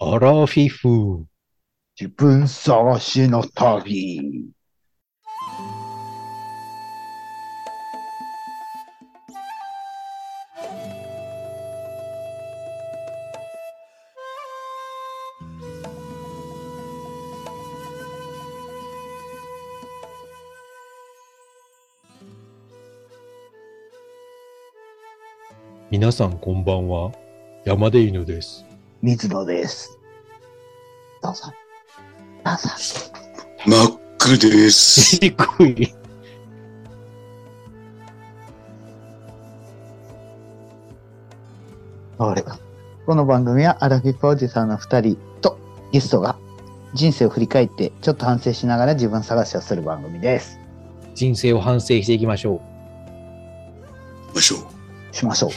アラフィフ。自分探しの旅。皆さんこんばんは。山で犬 です。水野です。どうぞ。どうぞ。マックです。低い。あれか。この番組はアラフィフおじさんの二人とゲストが人生を振り返ってちょっと反省しながら自分探しをする番組です。人生を反省していきましょ行きましょう。しましょう。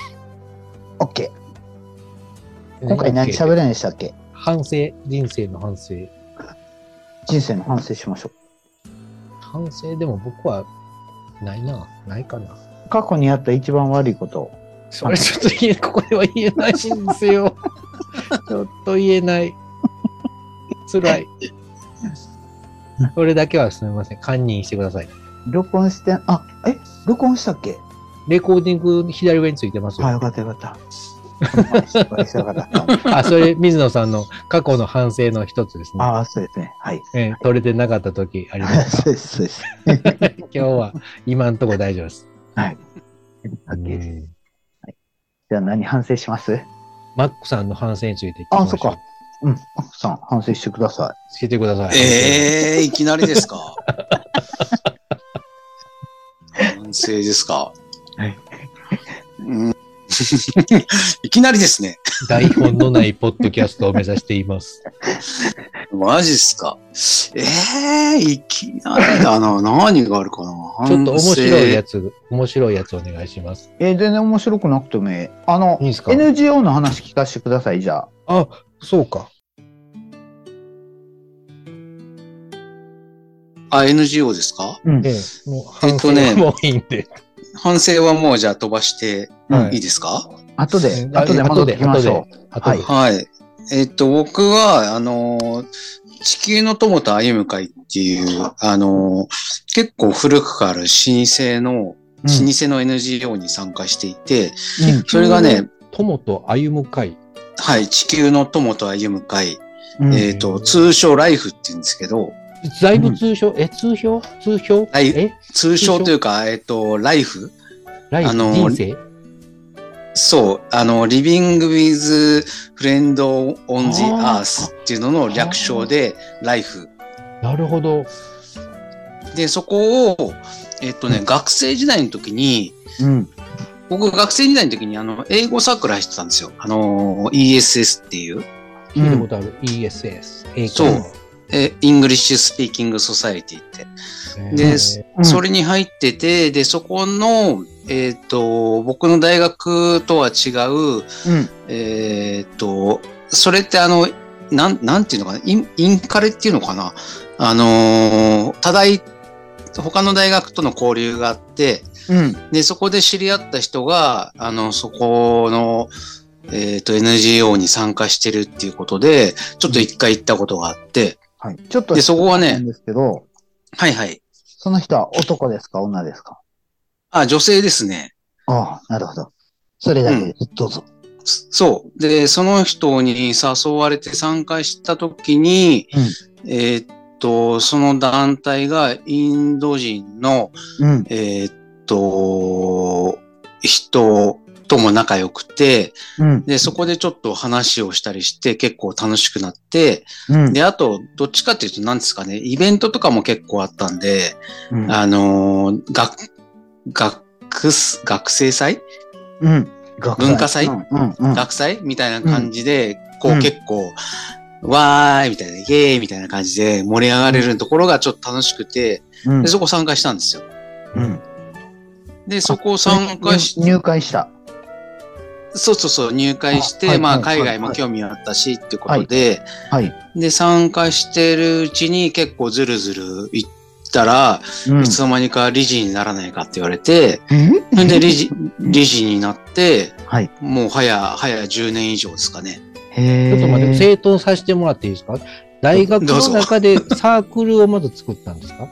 オッケう。ー。今回何喋るんでしたっけ反省、人生の反省。人生の反省しましょ反省でも僕はないな。ないかな。う。過去にあった一番悪いこと。それちょっと言え、ここでは言えないんです よ。ちょっと言えない。辛い。それだけはすみません。堪忍してください。録音して、あ、え録音したっけレコーディング左上についてますよ。あ、よかったよ かった。失敗したからあかんあ、それ、水野さんの過去の反省の一つですね。あー、そうですね。はい。えー取れてなかった時あります。 そうです、そうです。今日は、今んとこ大丈夫です。はい。 オッケーですうんじゃあ何反省しますマックさんの反省について聞きましょあ、そっか。。うん。マックさん、反省してくださ教えてください。ええー、いきなりですか反省ですかはい。うん いきなりですね。台本のないポッドキャストを目指してい ます。マジっすか。ええー、いきなりだな。何があるかなちょっと面白いやつ。つ、面白いやつお願いしますい。。えー全然面白くなくてもいい。あのいい、ですか NGO の話聞かせてください、じゃあ。あ、そうか。あ、NGO ですかうんえ。え、もう反省えっとねもういいんで。反省はもうじゃあ飛ばしてはいいいですか、後で、あ後で戻ってきましょう。後で。はい。えっと、僕は、あの、地球の友と歩む会っていう、あの、結構古くから老舗の、うん老舗の NGO に参加していて、うんそれがね、友と歩む会。はい、地球の友と歩む会、うんえっと、通称ライフって言うんですけど、だいぶ通称、え、通称通称はいえ通称というか、えっと、ライフライフあの人生そう、あの、リビング・ウィズ・フレンド・オン・ジ・アースっていうのの略称で、ライフ。なるほど。で、そこを、えっとね、学生時代の時に、うん。僕学生時代の時にあの英語サークル入ってたんですよ。あのー ESS っていう、聞いたことある。ESS。英会話えイングリッシュスピーキングソサエティって。えーで、うんそれに入ってて、で、そこの、えっ、と、僕の大学とは違う、うん。えっ、と、それってあの、なん、なんていうのかな、イン、インカレっていうのかな。あのー、多大、他の大学との交流があって、うん。で、そこで知り合った人が、あの、そこの、えっ、と、NGO に参加してるっていうことで、ちょっと一回行ったことがあって、はい。ちょっと、でそこはねなんですけど、はいはい。その人は男ですか、女ですかあ、女性ですね。ああ、なるほど。それだけです。どうぞ。そう。で、その人に誘われて参加した時に、えっ、と、その団体がインド人の、うん。えっ、と、人とも仲良くて、うん。で、そこでちょっと話をしたりして結構楽しくなって、 うん。で、あと、どっちかっていうと、なんですかね、イベントとかも結構あったんで、うんあのー学、学す、学生祭うん。学文化祭うん。うん。うん学祭みたいな感じで、こうう、ん結構、わーいみたいな、イエーイみたいな感じで盛り上がれるところがちょっと楽しくて、うんで、そこ参加したんですよ。うん。で、そこ参加し、入会した。そうそうそう、入会しあはて、いまあ、はい海外はもい興味あったし、っていうことで、はい。で、参加してるうちに結構ずるずる行ったら、うんいつの間にか理事にならないかって言われて、え それで理事、理事になって、はい。もう早、早10年以上ですかね。へちょっと待って、え。整頓させてもらっていいですか大学どうのぞ中でサークルをまず作ったんですか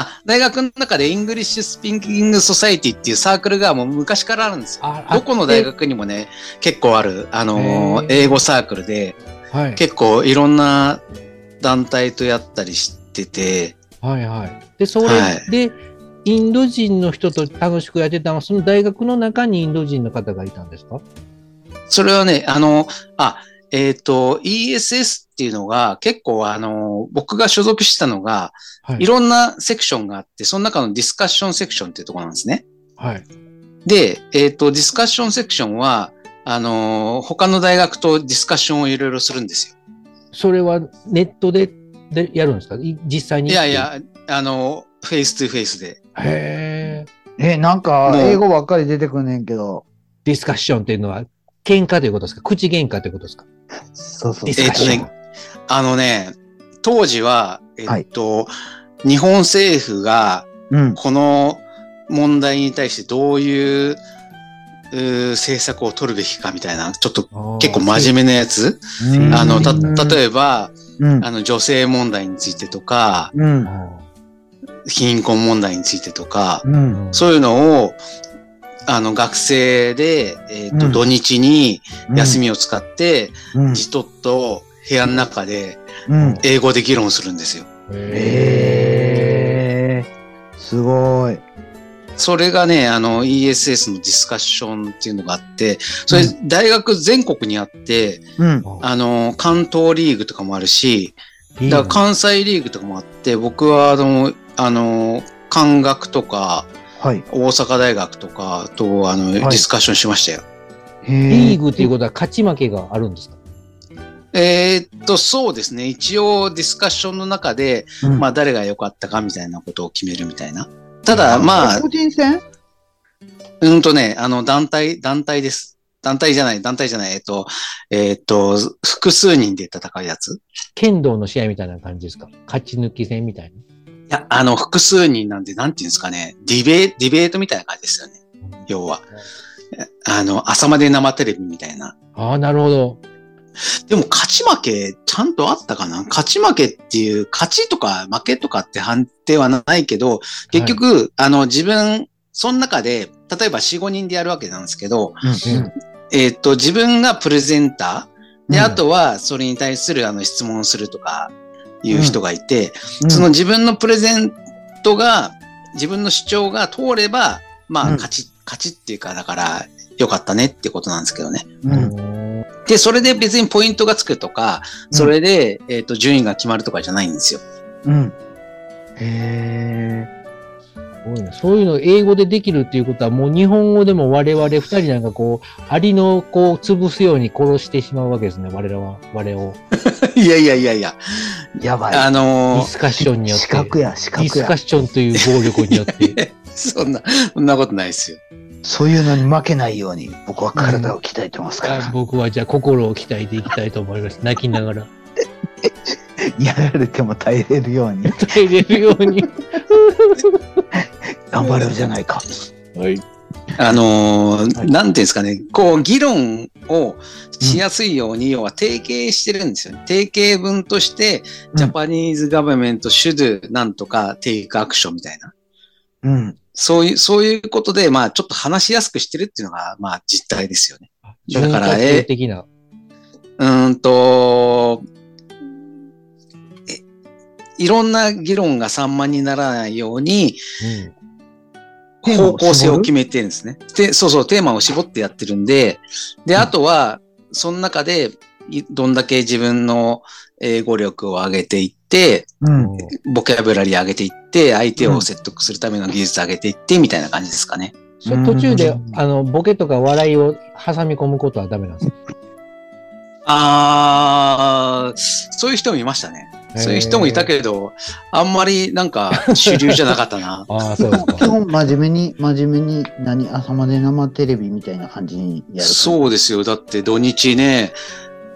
あ、大学の中でイングリッシュスピーキングソサイティっていうサークルがもう昔からあるんですよ。あどこの大学にもね、結構ある、あのーへー英語サークルで、はい。結構いろんな団体とやったりしてて、はいはい。で、それはいで、インド人の人と楽しくやってたのは、その大学の中にインド人の方がいたんですかそれはね、あの、あ、えっ、と、ESS っていうのが結構あの、僕が所属してたのが、はいい。ろんなセクションがあって、その中のディスカッションセクションっていうところなんですね。はい。で、えっ、と、ディスカッションセクションは、あのー他の大学とディスカッションをいろいろするんですそれはネットででやるんですかい実際よ。に。いやい。や、あのフェイストゥフェイスで。へーえ、なんか、もう英語ばっかり出てくんねんけど。ディスカッションっていうのは、喧嘩ということですか口喧嘩ということですかそうそう。ディスカッション。えっとあのね、当時は、えっ、と、日本政府がうん。この問題に対してどういう、うー政策を取るべきかみたいな、ちょっと結構真面面目なやつ。うんあの、た、え例えば、うんあ。の、女性問題についてとか、うん。貧困問題についてとか、うん。そういうのを、あの、学生で、えっ、と、うん土日に休みを使って、うん。じとっと部屋の中でうん。英語で議論するんですよ。ええー。すごい。それがね、あの、ESS のディスカッションっていうのがあって、それう、大学全国にあって、うん。ああの、関東リーグとかもあるし、だから関西リーグとかもあって、僕はあの、あの、関学とか、はい。大阪大学とかと、あの、ディスカッションしましたよ。リリーグっていうことは勝ち負けがあるんですかえーっと、そうですね。一応ディスカッションの中で、と、まあ誰が良かったかみたいなことを決めるみたいな。ただ、まあ個、人戦うんとね、あの、団体、団体です。団体じゃない、団体じゃない、えっと、えっと、複数人で戦うやつ剣道の試合みたいな感じですか勝ち抜き戦みたいいや、あの、複数人なんで、なんていうんですかね、ディベ、ディベートみたいな感じですよね。な。要は。あの、朝まで生テレビみたいな。ああ、なるほど。でも、勝ち負け、ちゃんとあったかな勝ち負けっていう、勝ちとか負けとかって判定はないけど、結局、あの、自分、その中で、例えば4、5人でやるわけなんですけど、えっ、と、自分がプレゼンター、で、うんあとは、それに対する、あの、質問をするとか、いう人がいて、うんその自分のプレゼントが、自分の主張が通れば、まうあ、ん勝ち、勝ちっていうか、だから、良かったねってことなんですけどね。うん。で、それで別にポイントがつくとか、それで、えっ、と、順位が決まるとかじゃない んですよ。うん。へすごいねそういうの英語でできるっていうことはもう日本語でも我々二人なんかこう、アリのこう潰すように殺してしまうわけですね、我らは、我を。いやいやいやいや、え。やばい。デあのィースカッションによって。資格や、資ディ格スカッや。ションという暴力によ って。そんな、そんなことないですよ。そういうのに負けないように、僕は体を鍛えてますから。僕はじゃあ心を鍛えていきたいと思います。泣きながら。やられても耐えれるように、耐えれるように。頑張れるじゃないか。はい。あのーはいなんていうんですかね、こう、議論をしやすいように、要は提携してるんですよね。提携文として、うんジャパニーズガバメントシュドゥなんとかテイクアクションみたいな。うん。そういう、そういうことで、まあ、ちょっと話しやすくしてるっていうのが、まあ、実態ですよね。だから文化庁的な。うーんと、えいろんな議論が散漫にならないように、うんテーマを絞方る向性を決めてるんですね。で、そうそう、テーマを絞ってやってるんで、で、あとは、その中で、いどんだけ自分の英語力を上げていって、うん。ボキャブラリー上げていって、相手を説得するための技術上げていって、みたいな感じですかね。それ途中でうん、あの、ボケとか笑いを挟み込むことはダメなんですかあー、そういう人もいましたね。そういう人もいたど。。けど、あんまりなんか主流じゃなかったなああ、そうです基か。本、真面目に、真面目に、何、朝まで生テレビみたいな感じに やる。う。そうですよ。だって土日ね、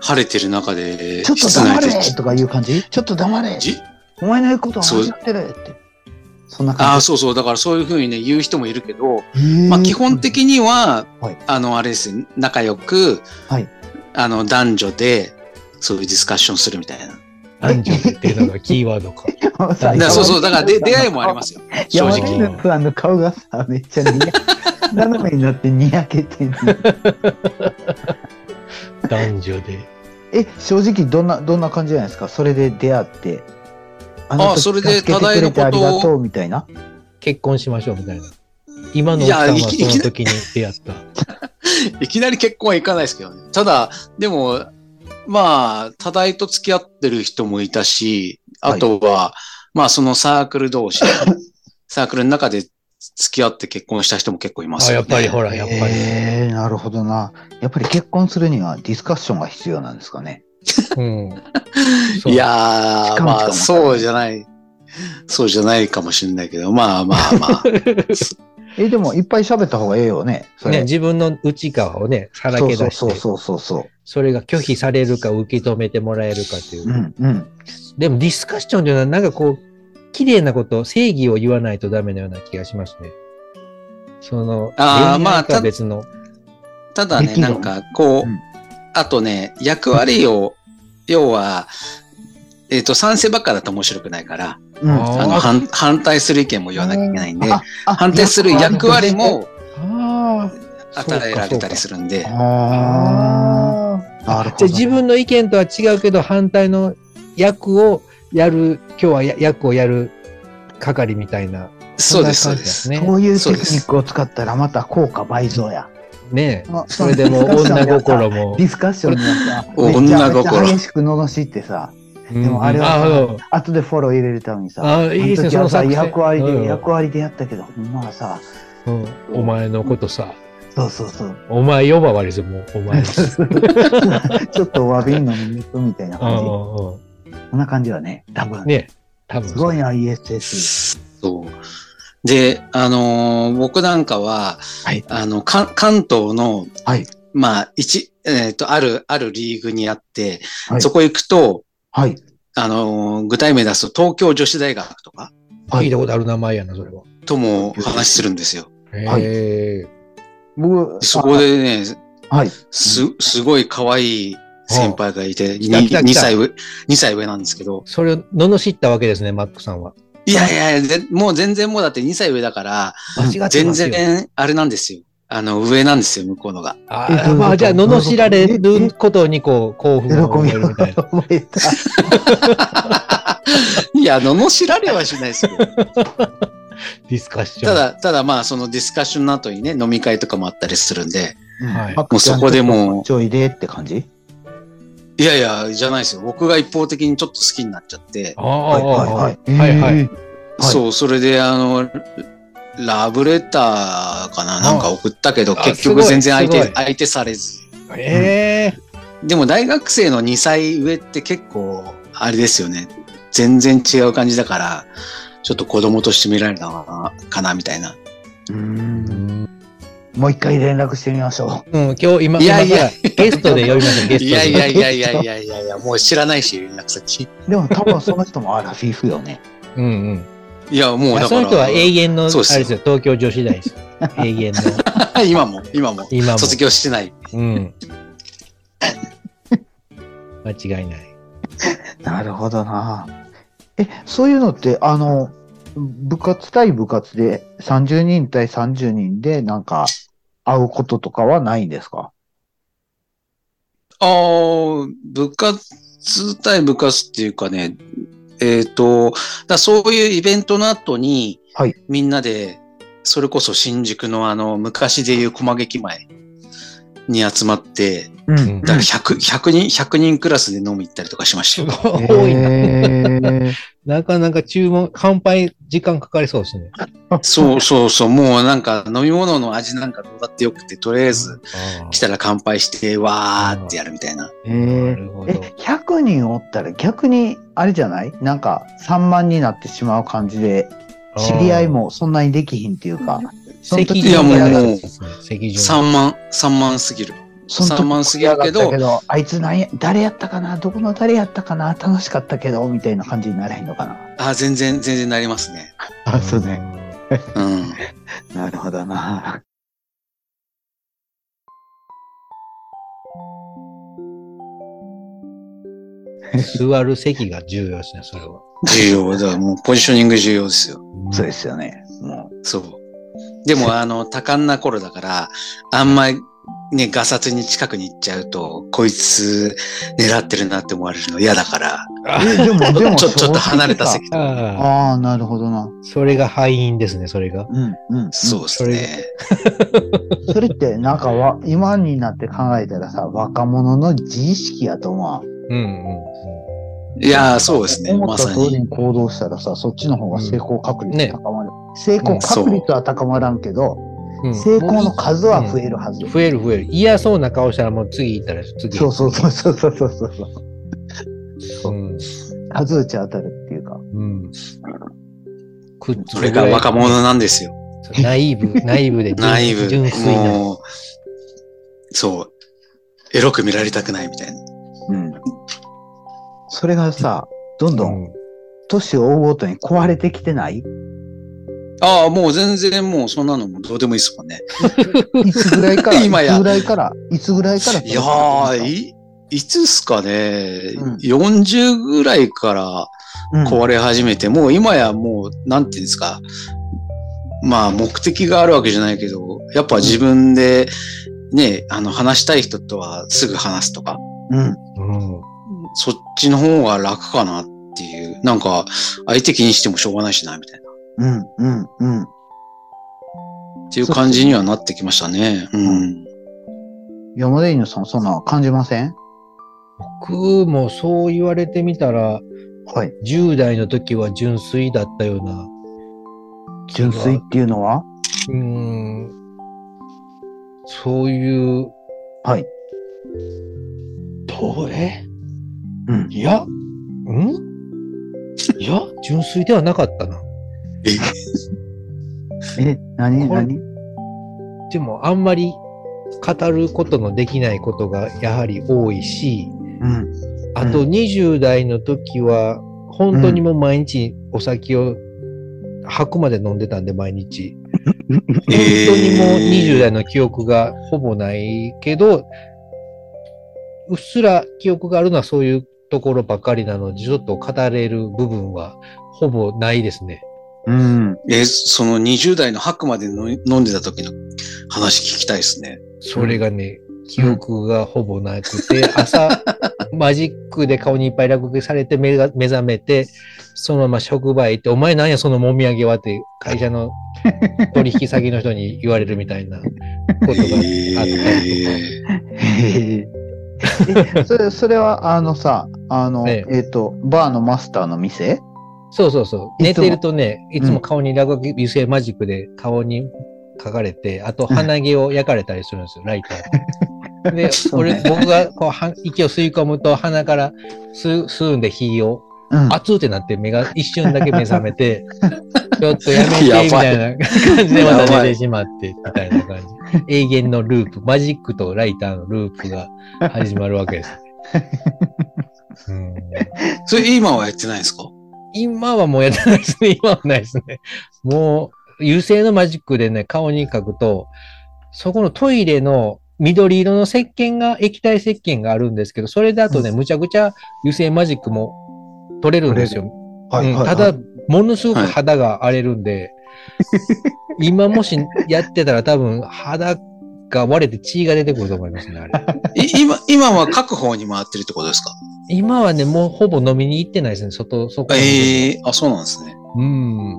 晴れてる中で、ちょっと室黙内でれとかいう感じちょっと黙れじお前の言うことは間違ってるって。そんなあ感あ、じ。そうそう。だからそういうふうにね、言う人もいるけど、へーまあ基本的には、はいあの、あれですね、仲良く、はいあの、男女で、そういうディスカッションするみたいな。男女っていうのがキーワードか。もださだからそうそう、だからで出会いももありますよ。正正直直。山根さんの顔がさ、めっちゃにや 斜めになってにやけてんの男女で。え、正直どんな、どんな感じじゃないですかそれで出会って。ああそれで助けてくれて多あり大なことをがとうみたいな。結婚しましょうみたいな。今の奥さんいやはいきその時に出会った。いきなり結婚はいかないですけどね。ただ、でも、まあ、多大と付き合ってる人もいたし、あとは、まあ、そのサークル同士、 サークルの中で付き合って結婚した人も結構いますあ、よ、ね。やっぱりほら、やっぱり。えー、なるほどな。やっぱり結婚するにはディスカッションが必要なんですかね。うん。そう いやしー、かもまあ、しかもそうじゃない。そうじゃないかもしれないけど、まあまあま あ。え、でもいっぱい喋った方がええよね。それね、自分の内側をね、さらそうけそう出しそうて、そうそうそそれが拒否されるか受け止めてもらえるかっていうう。う。んうん。でもディスカッションというのはなんかこう、綺麗なこと、正義を言わないとダメなような気がしますね。その、あー恋愛まあとは別の。ただでね、きるなんか、こう、うんあとね、役割を、要は、えっ、と、賛成ばっかだと面白くないから、うん、あーあの反反対する意見も言わなきゃいけないんで、ああ反対する役割もああ与えられたりするんで、じゃああ、なるほど。あ自分の意見とは違うけど、反対の役をやる、今日はや役をやる係みたいな。そうです、そんうなで感じす。ね。こういうテクニックを使ったらまた効果倍増や。ねあそれで もう女心もデ。ィスカッションになった。おめちゃめちゃ女心激しく罵ってさ、うんでもあれはうん後でフォロー入れるためにさ、ああ、いいですね、あそのの時はさ作戦役割で、役割、割でやったけど、ほんまはさ、うんお前のことさ、そうそうそう、お前呼ばわりですもう、お前 です。 ちょっとお詫びに飲みに行くみたいなうんう感じ。んうこんな感じはね、多分。んね多分。すごいな、ESS。そう。で、あのー僕なんかは、はいあの、か関東の、はいまあ、一、えっ、と、ある、あるリーグにあって、はいそこ行くと、はい。あのー具体名出すと東京女子大学とか、聞いたことある名前やな、それは。とも話するんですよ。はいへ僕、そこでね、あ、はい。す、すごい可愛い先輩がいて、来た来た来た 2, 歳上、2歳上なんですけど、それを罵ったわけですね、マックさんは。いやいやいや、ぜもう全然もうだって2歳上だから、うん間違って全ますよ。然あれなんですよ。あの、上なんですよ、向こうのが。あえどういうこーとまあ、じゃあ、罵られることにこう、興喜奮を覚えびるをみたいな。覚 えた。 いや、罵られはしないですけど。ディスカッション。ただ、ただまあ、そのディスカッションの後にね、飲み会とかもあったりするんで、はいももうそこでもうちょいでって感じいやいや、じゃないですよ。僕が一方的にちょっと好きになっちゃって、ああ、いはいはいえーはいそう、それで、あの、ラブレターかななんか送ったけど、あ結すご局い全然相す手、ごい相手されず。ええでも大学生の2歳上って結構、あれですよね。全然違う感じだから、ちょっと子供として見られたのかな、かなみたいな。うーんもう一回連絡してみましょうん、今日、今、いやいや今からゲストで呼びましょう、ゲストで。いやいやいやいやいやいやいや、もう知らないし、連絡先。う。でも多分その人もアラフィフよね。うんうん。いや、もういやだそかの人はら、永遠の、あれそうっですすよよ、東京女子大です。永遠の。 今も、今も、今も。卒業してない。うん。 間違いない。なるほどな。え、そういうのって、あの、部活対部活で30人対30人でなんか会うこととかはないんですかああ、部活対部活っていうかね、えっ、と、だからそういうイベントの後に、はいみんなで、それこそ新宿のあの、昔でいう駒劇前に集まって、うんだから100、100人、100人クラスで飲み行ったりとかしましたすよ。ごい多いな。えー、なかなか注文、乾杯、時間かかりそうですね。そうそうそう、もうなんか飲み物の味なんかどうだってよくて、とりあえずあ来たら乾杯して、わーってやるみたいな。えーなーるほえど。 100人おったら逆にあれじゃないなんか3万になってしまう感じで知り合いもそんなにできひんっていうかその席時順いやもうのやつですね席順。 3万、3万すぎる。その時散漫すぎるけ盛どり上がったあいつなんや誰やったかなどこの誰やったかな楽しかったけどみたいな感じにならへんのかなあー、全然、全然なりますね。ん。うん。な るほどな座る席が重要ですね、それは。重要。だからもうポジショニング重要ですよ。そうですよね。もそう。でも、あの、多感な頃だから、あんまりね、ガサツに近くに行っちゃうと、こいつ狙ってるなって思われるの嫌だから、う。え、でも、 でも、ちょちょっと離れた席そうああああ、なるほどな。それが敗因ですね、それが。うん、うん。そうですね。それって、なんかわ、今になって考えたらさ、若者の自意識やと思う。うんうんいやー、そうですね。思まったさ通りに。に行動したらさ、そっちの方が成功確率ねが高まる。成功確率は高まらんけど、うんうん。成功の数は増えるはず。増える増える。嫌そうな顔したらもう次行ったら次。そうそうそうそうそうそうそう。うん。数打ち当たるっていうか。うん。くっつそれが若者なんですよ。ナイー ブ、ナイーブで純ナイブ。純粋な。もう、そう。エロく見られたくないみたいな。うん。それがさ、どんどんうん年を追うごとに壊れてきてないああ、もう全然もうそんなのもどうでもいいですもんね。いつぐらいから、いつ今やぐらいから、いつぐらいから。いやー、い、いつっすかね、うん ?40 ぐらいからうん、壊れ始めて、もう今やもう、なんていうんですか。まあ、目的があるわけじゃないけど、やっぱ自分で、ね、あの、話したい人とはすぐ話すとか、うん。うん。そっちの方が楽かなっていう。なんか、相手気にしてもしょうがないしな、みたいな。うん。うん。うん。っていう感じにはなってきましたね。うん。山田犬さん、そんな感じません僕もそう言われてみたら、はい。 10代の時は純粋だったような。純粋っていうのはうーん。そういう、はい。どうえうん。いや、んいや、純粋ではなかったな。え、何これ何でも、あんまり語ることのできないことがやはり多いし、うん。あと20代の時は、本当にもう毎日お酒を吐くまで飲んでたんで、毎日。本当にもう20代の記憶がほぼないけど、うっすら記憶があるのはそういうところばかりなので、ちょっと語れる部分はほぼないですね。 うん。え、その20代の白までの飲んでた時の話聞きたいですね。それがね、記憶がほぼなく て、朝、マジックで顔にいっぱい落書きされて目が目覚めて、そのまま職場へ行って、お前なんやそのもみあげはって会社 の取引先の人に言われるみたいなことがあったりとか。えへーーえそれ、それは、あのさ、あの、ええっ、と、バーのマスターの店そうそうそう。い寝つもてるとね、いつも顔に落書き、油性マジックで顔に書かれて、あと鼻毛を焼かれたりするんですよ、ライター で。で、そう俺ね、僕がこうは息を吸い込むと鼻から吸う吸うんで火を、うん。熱ってなって目が一瞬だけ目覚め て、ちょっとやめてみやばいたいな感じでまやばたい寝てしまって、みたいな感じ。永遠のループ、マジックとライターのループが始まるわけです。うんそれ今はやってないんですか今はもうやってないですね。今はないですね。もう、油性のマジックでね、顔に書くと、そこのトイレの緑色の石鹸が、液体石鹸があるんですけど、それだとね、うむちゃくちゃ油性マジックも取れるんですよ。はうんただ、ものすごく肌が荒れるん で、今もしやってたら多分肌が割れて血が出てくると思いますね、あれ。い今、今は各方に回ってるってことですか今はね、もうほぼ飲みに行ってないですね、外、そこにええあ、そうなんですね。うん。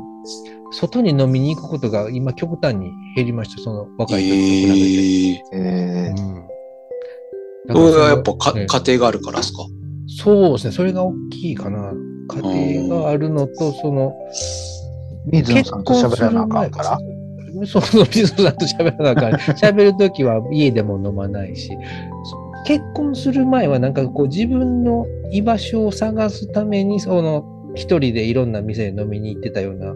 外に飲みに行くことが今極端に減りました、その若い時と比ええべて。えーうん。だからそそれはやっぱか、ね家庭があるからですかそうですね、それが大きいかな。家庭があるのと、その、水野さんと喋らなあかんから。その水野さんと喋らなあ かん。喋るときは家でも飲まないし、結婚する前はなんかこう自分の居場所を探すために、その一人でいろんな店で飲みに行ってたような、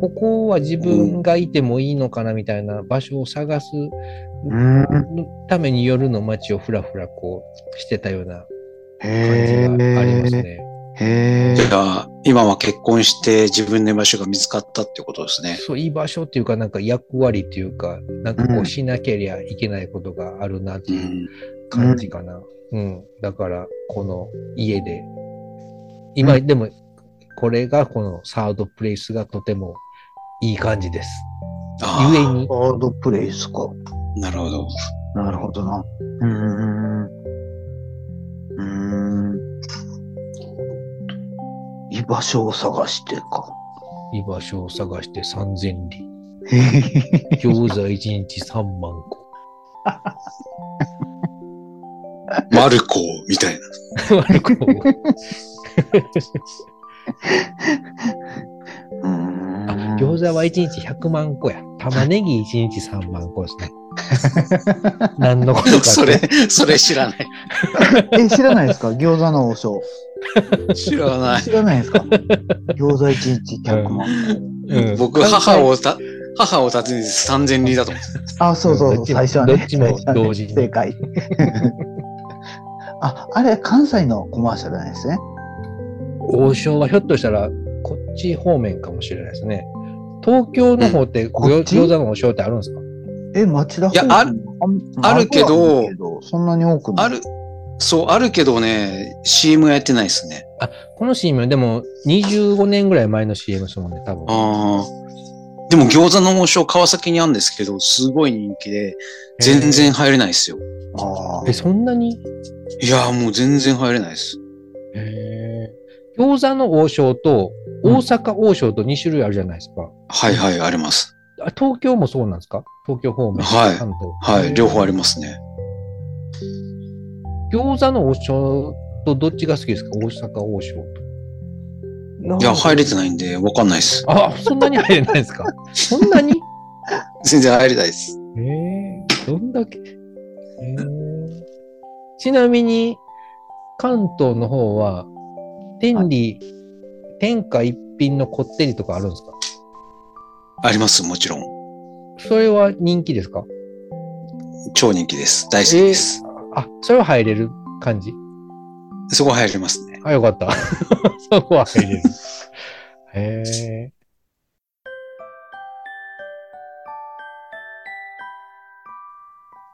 ここは自分がいてもいいのかなみたいな場所を探すうん。ために夜の街をふらふらこうしてたような感じへがありますーね。へじーゃあ、今は結婚して自分の居場所が見つかったってことですね。そう、居場所っていうか、なんか役割っていうか、なんかうこんうしなけりゃいけないことがあるなってう。いうん感じかな。うん。だから、この家で今、でも、これがこのサードプレイスがとてもいい感じです。あゆえーに、ワールドプレイスか。なるほど。なるほどな。うーん。うーん。居場所を探してか。居場所を探して3000里。へへへ餃子1日3万個。 マルコみたいな。悪くもうーん。あ餃子は1日100万個や。玉ねぎ1日3万個 ですね。何のことかって。それ、それ知らない。え、知らないですか餃子の王将。知らない。知らないですか餃子1日100万。うん僕、母をた、母を立てに3000里だと思ってあ、そうそうどそっう、ちも最初はね。どっちもそうだね同時に正解。 あ、あれ、関西のコマーシャルなんですね。王将はひょっとしたら、こっち方面かもしれないですね。東京の方って、ごこっち餃子の王将ってあるんですかえ、町田方面いやあるあんあるけどあるそんなに多くない。ある、そう、あるけどね、CM やってないですね。この CM はでも25年ぐらい前の CM ですもんね、多分。ああ。でも餃子の王将川崎にあるんですけど、すごい人気で、全然入れないですよ。あえ。え、そんなにいやーもう全然入れないです。餃子の王将と大阪王将と2種類あるじゃないですか。はいはい、あります。あ東京もそうなんですか東京方面。はい関東はい、両方ありますね。餃子の王将とどっちが好きですか大阪王将と。あいや、入れてないんで、わかんないです。あ、そんなに入れないです かそんなに全然入れないです。ええどんだけ。ええちなみに、関東の方は、天理、天下一品のこってりとかあるんですかあります、もちろん。それは人気ですか超人気です。大好きです。あ、それは入れる感じそこ入れますね。あ、よかった。 そこは入れる。へえ。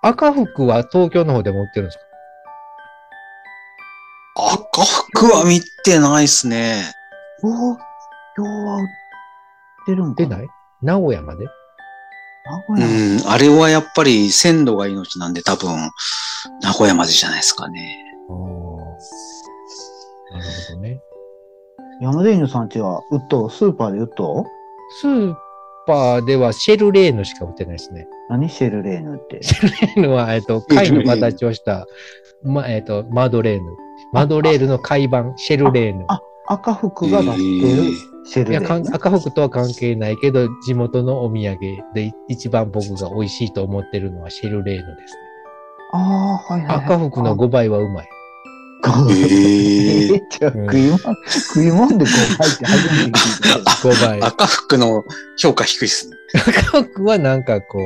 赤服は東京の方でも売ってるんですか赤服は見てないですね。東京は売ってるんか出ない名古屋まで名古屋うん、あれはやっぱり鮮度が命なんで多分、名古屋までじゃないですかね。ああ。なるほどね。山田犬さんちは売っとうスーパーで売っとうスーパーではシェルレーヌしか売ってないですね。 何シェルレーヌって。シェルレーヌは、えっと、貝の形をした、ま、えっと、マドレーヌ。マドレールの貝版、シェルレーヌ。赤服が出してるシェルいや、レー関ヌ。赤福とは関係ないけど、地元のお土産でい一番僕が美味しいと思ってるのはシェルレーヌですね。ああ、はいはいはい。赤福の5倍はうまい。服 ええじゃあ食いもん、食いもんでこう入って初めて聞いたけど。 5倍。赤服の評価低いですね。赤福はなんかこう、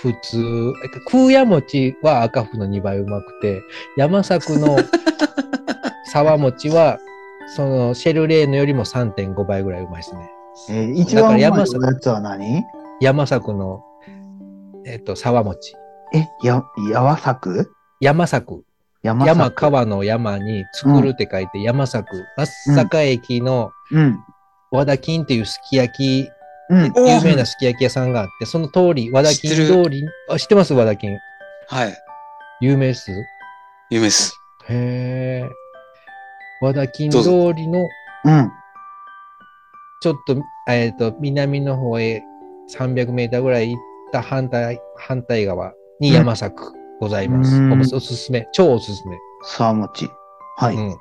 普通、えっと空屋餅は赤福の2倍うまくて、山作の沢餅は、そのシェルレーヌよりも3.5倍ぐらいうまいですね。えー一番うまいだから山や下つは何山作の、えっと、沢餅。え、や、やわさく山作。山山作。川の山に作るって書いて山作、松阪駅のうん。和田金っていうすき焼き、うん。お有名なすき焼き屋さんがあって、その通り、和田金通り、あ、知ってます和田金。はい。有名っすへ有名です。え。和田金通りの、うん。ちょっと、えっ、と、南の方へ300メーターぐらい行った反対、反対側に山作ございます。うんおすすめ、超おすすめ。さあもち。はい。うん。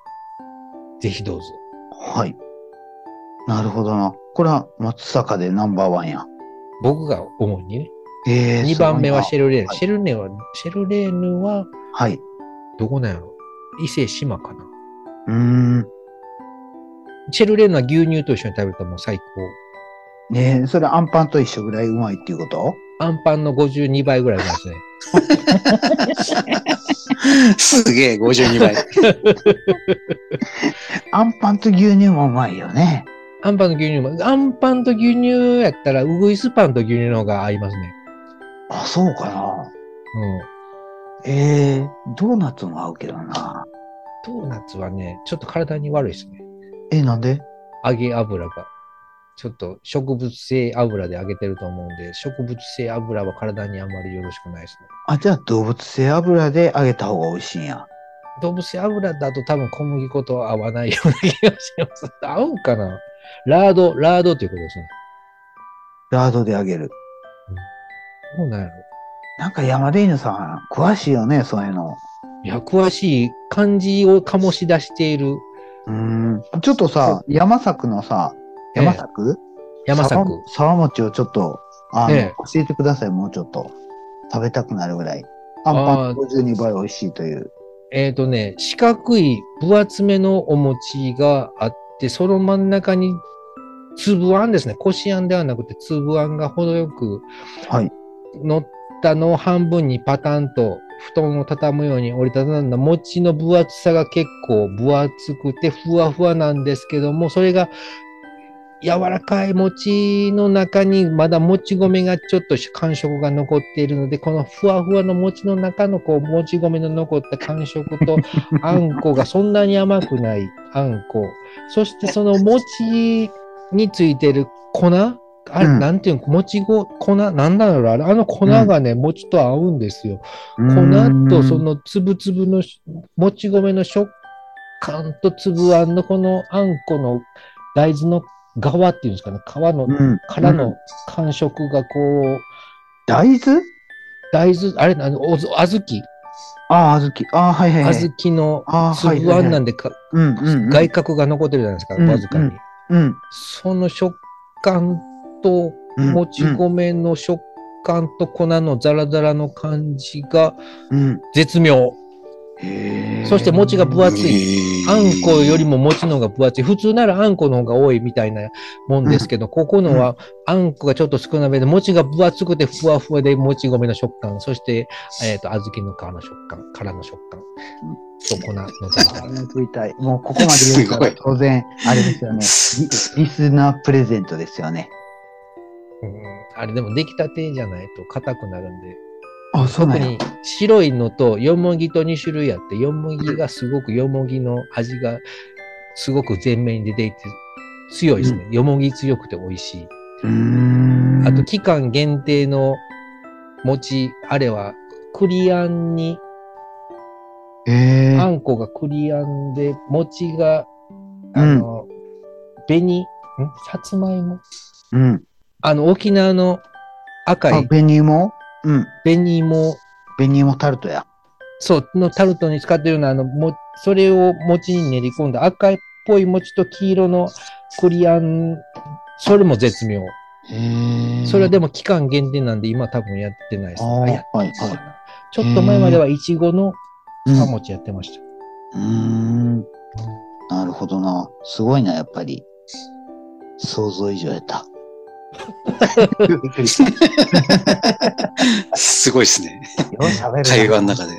ぜひどうぞ。はい。なるほどな。これは松阪でナンバーワンや。僕が思うにね。えー2番目はシェェルレーヌ。はいシェルレーヌは、シェルレーヌは、はい。どこなんやろ伊勢志摩かな。うーん。シェルレーヌは牛乳と一緒に食べるともう最高。ねえ、それアンパンと一緒ぐらいうまいっていうことアンパンの52倍ぐらいなんですね。すげえ、52倍。アンパンと牛乳もうまいよね。アンパンの牛乳も、アンパンと牛乳やったら、ウグイスパンと牛乳の方が合いますね。あ、そうかな。ええー、ドーナツも合うけどな。うん。ドーナツはね、ちょっと体に悪いですね。え、なんで揚げ油が。ちょっと植物性油で揚げてると思うんで、植物性油は体にあまりよろしくないですね。あ、じゃあ動物性油で揚げた方が美味しいんや。動物性油だと多分小麦粉と合わないような気がします。 合うんかなラード、ラードということですね。ラードで揚げる。どうなんやろなんか山出犬さん、詳しいよね、そういうの。いや、詳しい漢字を醸し出しているうん。ちょっとさ、山作のさ、ええ山作、山沢作。沢餅をちょっと、あの、ええ教えてください、もうちょっと。食べたくなるぐらい。あんパあーン52倍美味しいという。えっ、とね、四角い分厚めのお餅があって、その真ん中に粒あんですね。こしあんではなくて粒あんが程よくはい。乗ったのを半分にパタンと布団を畳むように折りたたんだ餅の分厚さが結構分厚くてふわふわなんですけども、それが柔らかい餅の中にまだもち米がちょっと感触が残っているので、このふわふわの餅の中のこう、もち米の残った感触とあんこがそんなに甘くないあんこ。そしてその餅についてる粉あれ、うんなんていうの、もちご、粉、なんなんだろう、あれ、あの粉がね、餅と合うんですよ。粉とその粒々のし、もち米の食感と粒あんのこのあんこの大豆の側っていうんですかね、皮のうん、うん。からうのん感触がこう、大豆大豆、あれ、あの、おず小ああ、小豆。ああ、はいはい、豆、はい。小豆のあーはい粒あんなんでか、うんうん、うん。外角が残ってるじゃないですか、うんわずかに。うん。その食感と、うんもち米の食感と粉のザラザラの感じがうん。絶妙。へーそして餅が分厚い。いあんこよりも餅の方が分厚い。普通ならあんこの方が多いみたいなもんですけど、ここのはあんこがちょっと少なめで、餅が分厚くてふわふわで、もち米の食感、そして、えっ、と、小豆の皮の食感、殻の食感、と粉のザラザラ。食いたい。もうここまで言うかすらごい当然、あれですよね。リリスナープレゼントですよね。うんあれでも出来たてじゃないと硬くなるんで、あ、そう特なんにや。白いのとよもぎと2種類あって、よもぎがすごくよもぎの味がすごく前面に出ていて強いですね。よもぎ強くて美味しい。うーんあと期間限定の餅、あれは栗あんに、えあー、んこが栗あんで、餅が、あの、紅、んさつまいもうん。あの、沖縄の赤あい、紅芋うん。紅芋紅芋タルトや。そう、のタルトに使ってるような、あの、も、それを餅に練り込んだ赤いっぽい餅と黄色の栗あん、それも絶妙。それはでも期間限定なんで今多分やってないですね。ああーやってはいたかなはいちょっと前まではイチゴのうん葉餅やってました。うーん。なるほどな。すごいな、やっぱり。想像以上やった。びっくりした。よすごいですね。う喋るな 会話の中で。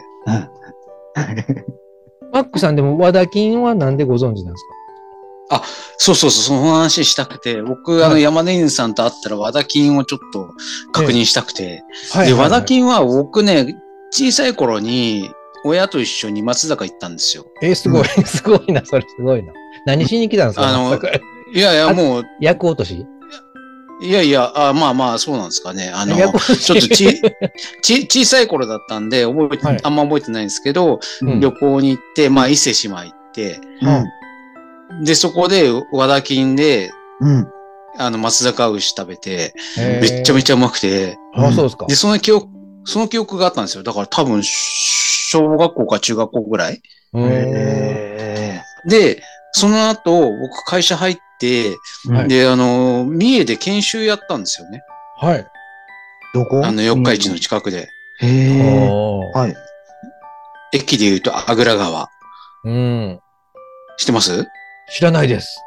マックさんでも和田金はなんでご存知なんですそうそうそう、その話したくて、僕、あはの、い山根犬さんと会ったら和田金をちょっと確認したくて。かで、和田金は僕ね、小さい頃に親と一緒に松坂行ったんですよ。え、すごい、すごいな、それすごいな。何しに来たんですかあの 松坂いやいや、あもう、厄落としいやいや、あまあまあ、そうなんですかね。あの、厄落とちょっとち、 ち、小さい頃だったんで、覚えて、はいあんま覚えてないんですけど、うん旅行に行って、まあ、伊勢島行って、うんで、そこで和田金で、うん。あの、松坂牛食べて、へーめっちゃめちゃうまくて、あ、そうですかで、。その記憶、その記憶があったんですよ。だから多分、小学校か中学校ぐらい。うーんへで、その後、僕会社入って、ーはいで、あの、三重で研修やったんですよね。はい。どこあの、四日市の。近くで。へえ。あはい。駅で言うと、あぐら川。ーうん。知ってます知らないです。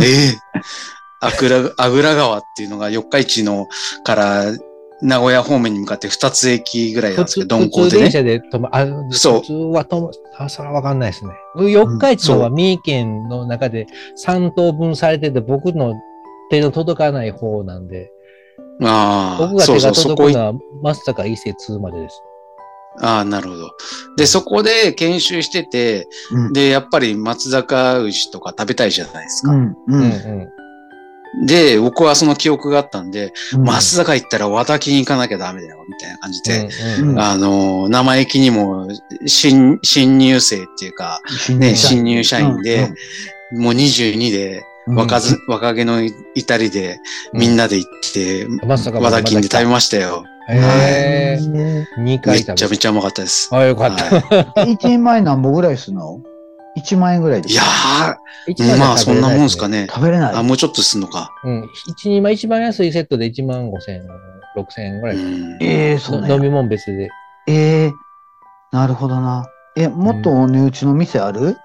ええあぐら、あぐら川っていうのが四日市のから名古屋方面に向かって二つ駅ぐらいな普んですけ通ど、鈍普行通で電ね。車で止ま、あ、そう普通は止ま、あ、それはわかんないですね。四日市のはう三重県の中で3等分されてて、僕の手の届かない方なんで、あ僕あ、がそう手そがう、そ届こくいのは、まさか伊勢2までです。ああ、なるほど。で、そこで研修してて、うんで、やっぱり松坂牛とか食べたいじゃないですうか。ん、ううんん。で、僕はその記憶があったんで、うん松坂行ったら和田木に行かなきゃダメだよ、みたいな感じで、うんうんあの、生意気にも新、新入生っていうか、新ね、社員新入社員で、もう22で、若ず、若気の至りで、みんなで行って、まさか和田金で食べましたよ。へうんえー二め回っ食べちゃめちゃうまかったです。あ、よかっはた。ー1万円何本ぐらいすんの ?1 万円ぐらいでいや一ー、番まあじゃそ食べれんないもんですか。ね。食べれない。あ、もうちょっとすんのか。うん。一、二枚、一番安いセットで1万5千円、6千円ぐうらい。ん。ええそうの飲ね。み物別で。ええなるほどな。え、もっとお値打ちの店ある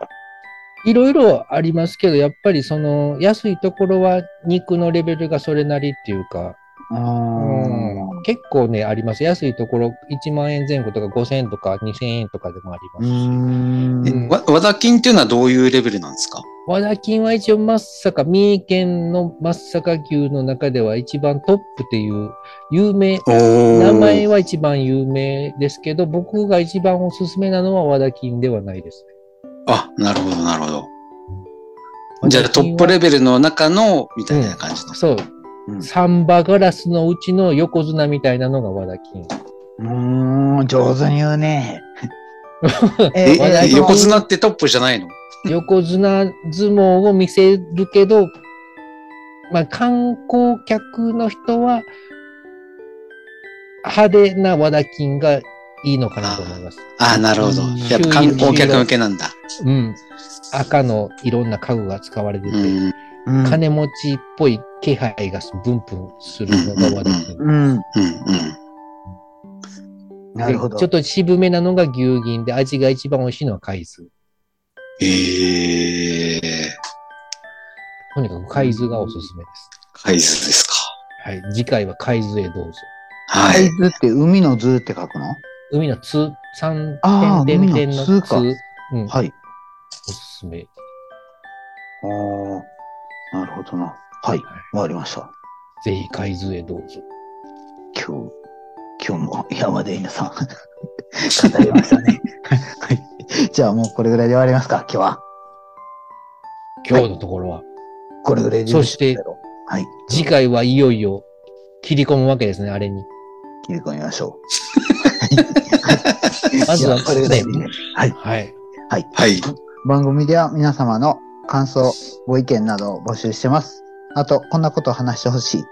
いろいろありますけど、やっぱりその、安いところは肉のレベルがそれなりっていうか、あうんー結構ね、あります。安いところ、1万円前後とか5千円とか2千円とかでもありまうすし。ーえん。わ和田金っていうのはどういうレベルなんですか和田金は一応松阪、三重県の松阪牛の中では一番トップっていう有名、お名前はは一番有名ですけど、僕が一番おすすめなのは和田金ではないです。あ、なるほど、なるほど。和じゃあ田ト金ッはプレベルの中の、みたいな感じの。そうう。んサンバガラスのうちの横綱みたいなのが和田金。うーん、上手に言 うね。え、和田え金横綱ってトップじゃないの横綱相撲を見せるけど、まあ観光客の人は派手な和田金がいいのかなと思います。あ、なるほどうん。やっぱ観光客向けなんだ。うん。赤のいろんな家具が使われてうて、ん。うん。金持ちっぽい気配がブンブンするのが和田金。うん。うん。でなるほど。ちょっと渋めなのが牛銀で、味が一番美味しいのは海津。ええー、とにかく海津がおすすめです。海津ですか。はい。次回は海津へどうぞ。は海い。津って海の図って書くの海の津、三あー点々点々の海津の津かうん、おはい。すすめ。ああ、なるほどな。はい。わかりました。ぜひ海津へどうぞ。今日、今日も山田稲さん、語りましたね。 はい。じゃあもうこれぐらいで終わりますか、今日は。今日のところは。これぐらいで。そして、はい。次回はいよいよ切り込むわけですね、あれに。切り込みましょう。 まずはじゃあこれぐらいでね。はい。はい。はい。番組では皆様の感想、ご意見などを募集してます。あと、こんなことを話してほしい。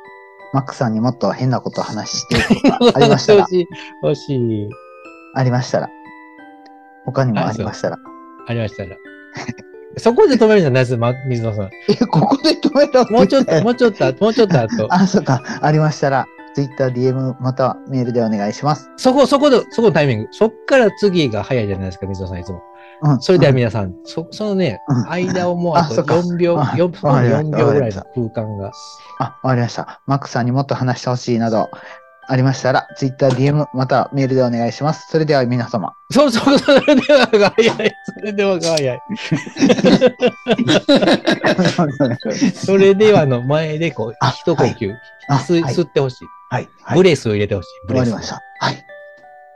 マックさんにもっと変なことを話してるとかありましたら 欲、しい。欲しい。ありましたら。他にもありましたら。ありましたら。そこで止めるじゃないです、ま水野さん。え、ここで止めろってもうちょっと、言もうちょっと、もうちょっと後。あ、そうか。ありましたら、Twitter、DM、またはメールでお願いします。そこ、そこで、そこのタイミング。そっから次が早いじゃないですか、水野さんいつも。うん。それでは皆さん、そ、そのねうん、間をもうああとそっか4秒、あ 4, そわのかりまし4た秒ぐらわかいりまの空間が。あ、わかりました。マックさんにもっと話してほしいなど、ありましたら、Twitter、DM、またはメールでお願いします。それでは皆様。 そうそう、それではが早い。それではが早い。それではの前で、こうあ、一呼吸、あ吸いはい吸ってほしい。はい。はいブレスを入れてほしい。ブ終わレりス。ました。はい。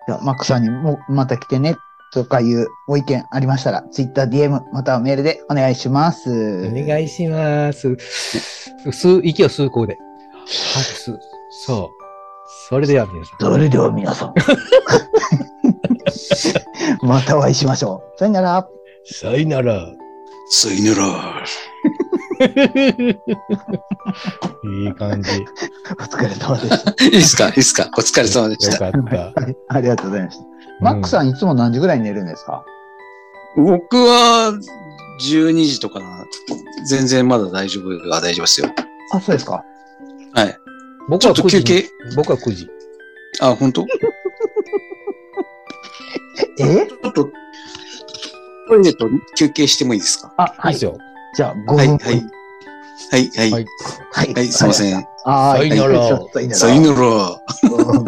では、マックさんにもまた来てね、とかいうご意見ありましたら、Twitter、DM、またはメールでお願いします。お願いします。吸う、息を吸う、こうで。はい、吸う。そう。それでは皆さん。それでは皆 さん。 またお会いしましょう。さよなら。さよな ら。さよなら。いい感 じ。よお疲れ様で した。いいですかいいですかお疲れ様でした。かった。はいありがとうございました。マックさん、いつも何時ぐらいに寝るんですか僕は、12時とかな。全然まだ大丈夫は大丈夫ですよ。あ、そうですか。はい。僕ちょはっと9時休憩。僕は9時。あ、本当？ちえょっと、トイレと休憩してもいいですかあ、いはいでい。すよ。じゃあ、5はい、分。はい。はい、はい。ははいい、はすいません。ああ、 さよならちょっといいならさよなら。うん